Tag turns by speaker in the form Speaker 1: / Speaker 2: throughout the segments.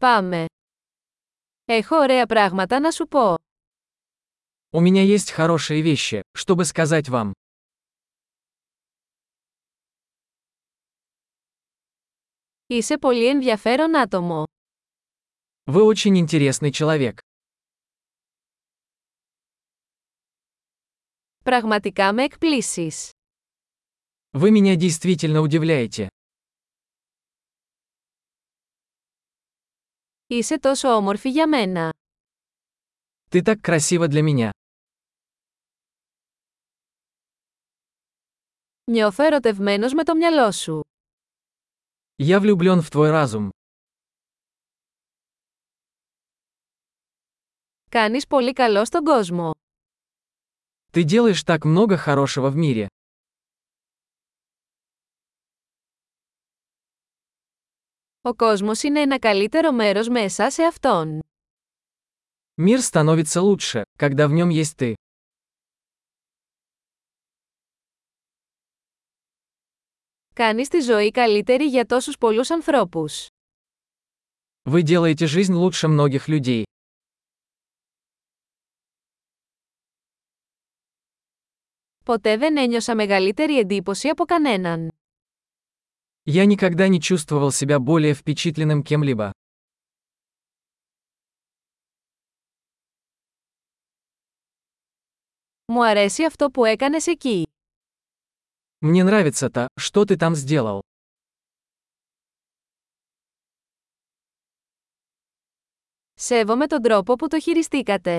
Speaker 1: Πάμε. Έχω ωραία πράγματα να σου πω.
Speaker 2: У меня есть хорошие вещи, чтобы сказать вам.
Speaker 1: Είσαι πολύ ενδιαφέρον άτομο.
Speaker 2: Вы очень интересный человек.
Speaker 1: Πραγματικά με εκπλήσεις.
Speaker 2: Вы меня действительно удивляете.
Speaker 1: Είσαι τόσο όμορφη για μένα.
Speaker 2: Ты так красива для меня.
Speaker 1: Νιώθω ερωτευμένος με το μυαλό σου.
Speaker 2: Я влюблен в твой разум.
Speaker 1: Κάνεις πολύ καλό στον κόσμο.
Speaker 2: Ты делаешь так много хорошего в мире.
Speaker 1: Ο κόσμος είναι ένα καλύτερο μέρος μέσα σε αυτόν.
Speaker 2: Мир становится лучше, когда в нем есть ты.
Speaker 1: Κάνεις τη ζωή καλύτερη για τόσους πολλούς ανθρώπους.
Speaker 2: Вы делаете жизнь лучше многих людей.
Speaker 1: Ποτέ δεν ένιωσα μεγαλύτερη εντύπωση από κανέναν.
Speaker 2: Я никогда не чувствовал себя более впечатленным кем-либо.
Speaker 1: Μου αρέσει αυτό που έκανες εκεί.
Speaker 2: Мне нравится то, что ты там сделал.
Speaker 1: Σέβομαι τον τρόπο που το χειριστήκατε.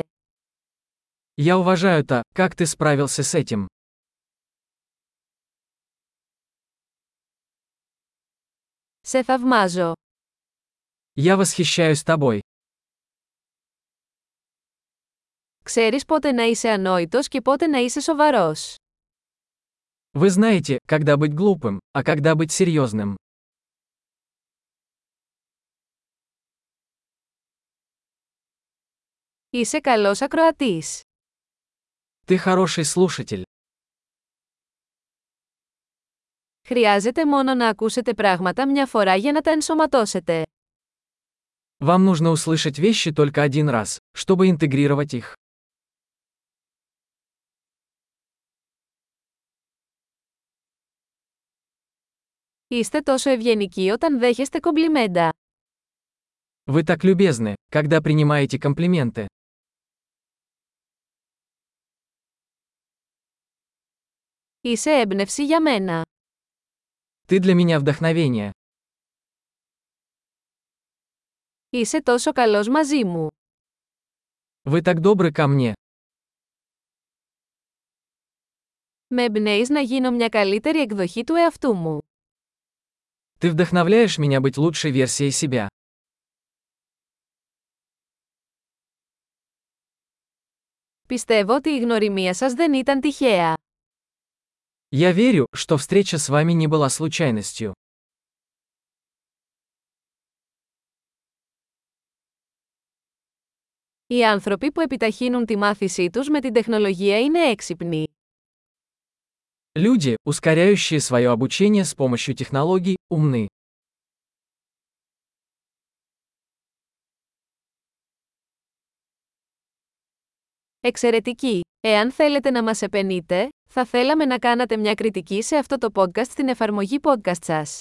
Speaker 2: Я уважаю то, как ты справился с этим.
Speaker 1: Σε θαυμάζω.
Speaker 2: Я восхищаюсь тобой.
Speaker 1: Ξέρεις πότε να είσαι ανόητος και πότε να είσαι σοβαρός.
Speaker 2: Вы знаете, когда быть глупым, а когда быть серьезным.
Speaker 1: Είσαι καλός ακροατής.
Speaker 2: Ты хороший слушатель.
Speaker 1: Χρειάζεται μόνο να ακούσετε πράγματα μια φορά για να τα ενσωματώσετε.
Speaker 2: Вам нужно услышать вещи только один раз, чтобы интегрировать их.
Speaker 1: Είστε τόσο ευγενικοί όταν δέχεστε κομπλιμέντα.
Speaker 2: Вы так любезны, когда принимаете комплименты.
Speaker 1: Είσαι έμπνευση για μένα.
Speaker 2: Ты для меня вдохновение.
Speaker 1: Είσαι τόσο καλός μαζί μου.
Speaker 2: Вы так добры ко мне.
Speaker 1: Με εμπνέεις να γίνω μια καλύτερη εκδοχή του εαυτού μου.
Speaker 2: Ты вдохновляешь меня быть лучшей версией себя.
Speaker 1: Πιστεύω ότι η γνωριμία σας δεν ήταν τυχαία.
Speaker 2: Я верю, что встреча с вами не была случайностью.
Speaker 1: Οι άνθρωποι που επιταχύνουν τη μάθησή τους με την τεχνολογία είναι έξυπνοι.
Speaker 2: Люди, ускоряющие свое обучение с помощью технологий, умны.
Speaker 1: Εξαιρετική! Εάν θέλετε να μας επενείτε, θα θέλαμε να κάνατε μια κριτική σε αυτό το podcast στην εφαρμογή podcast σας.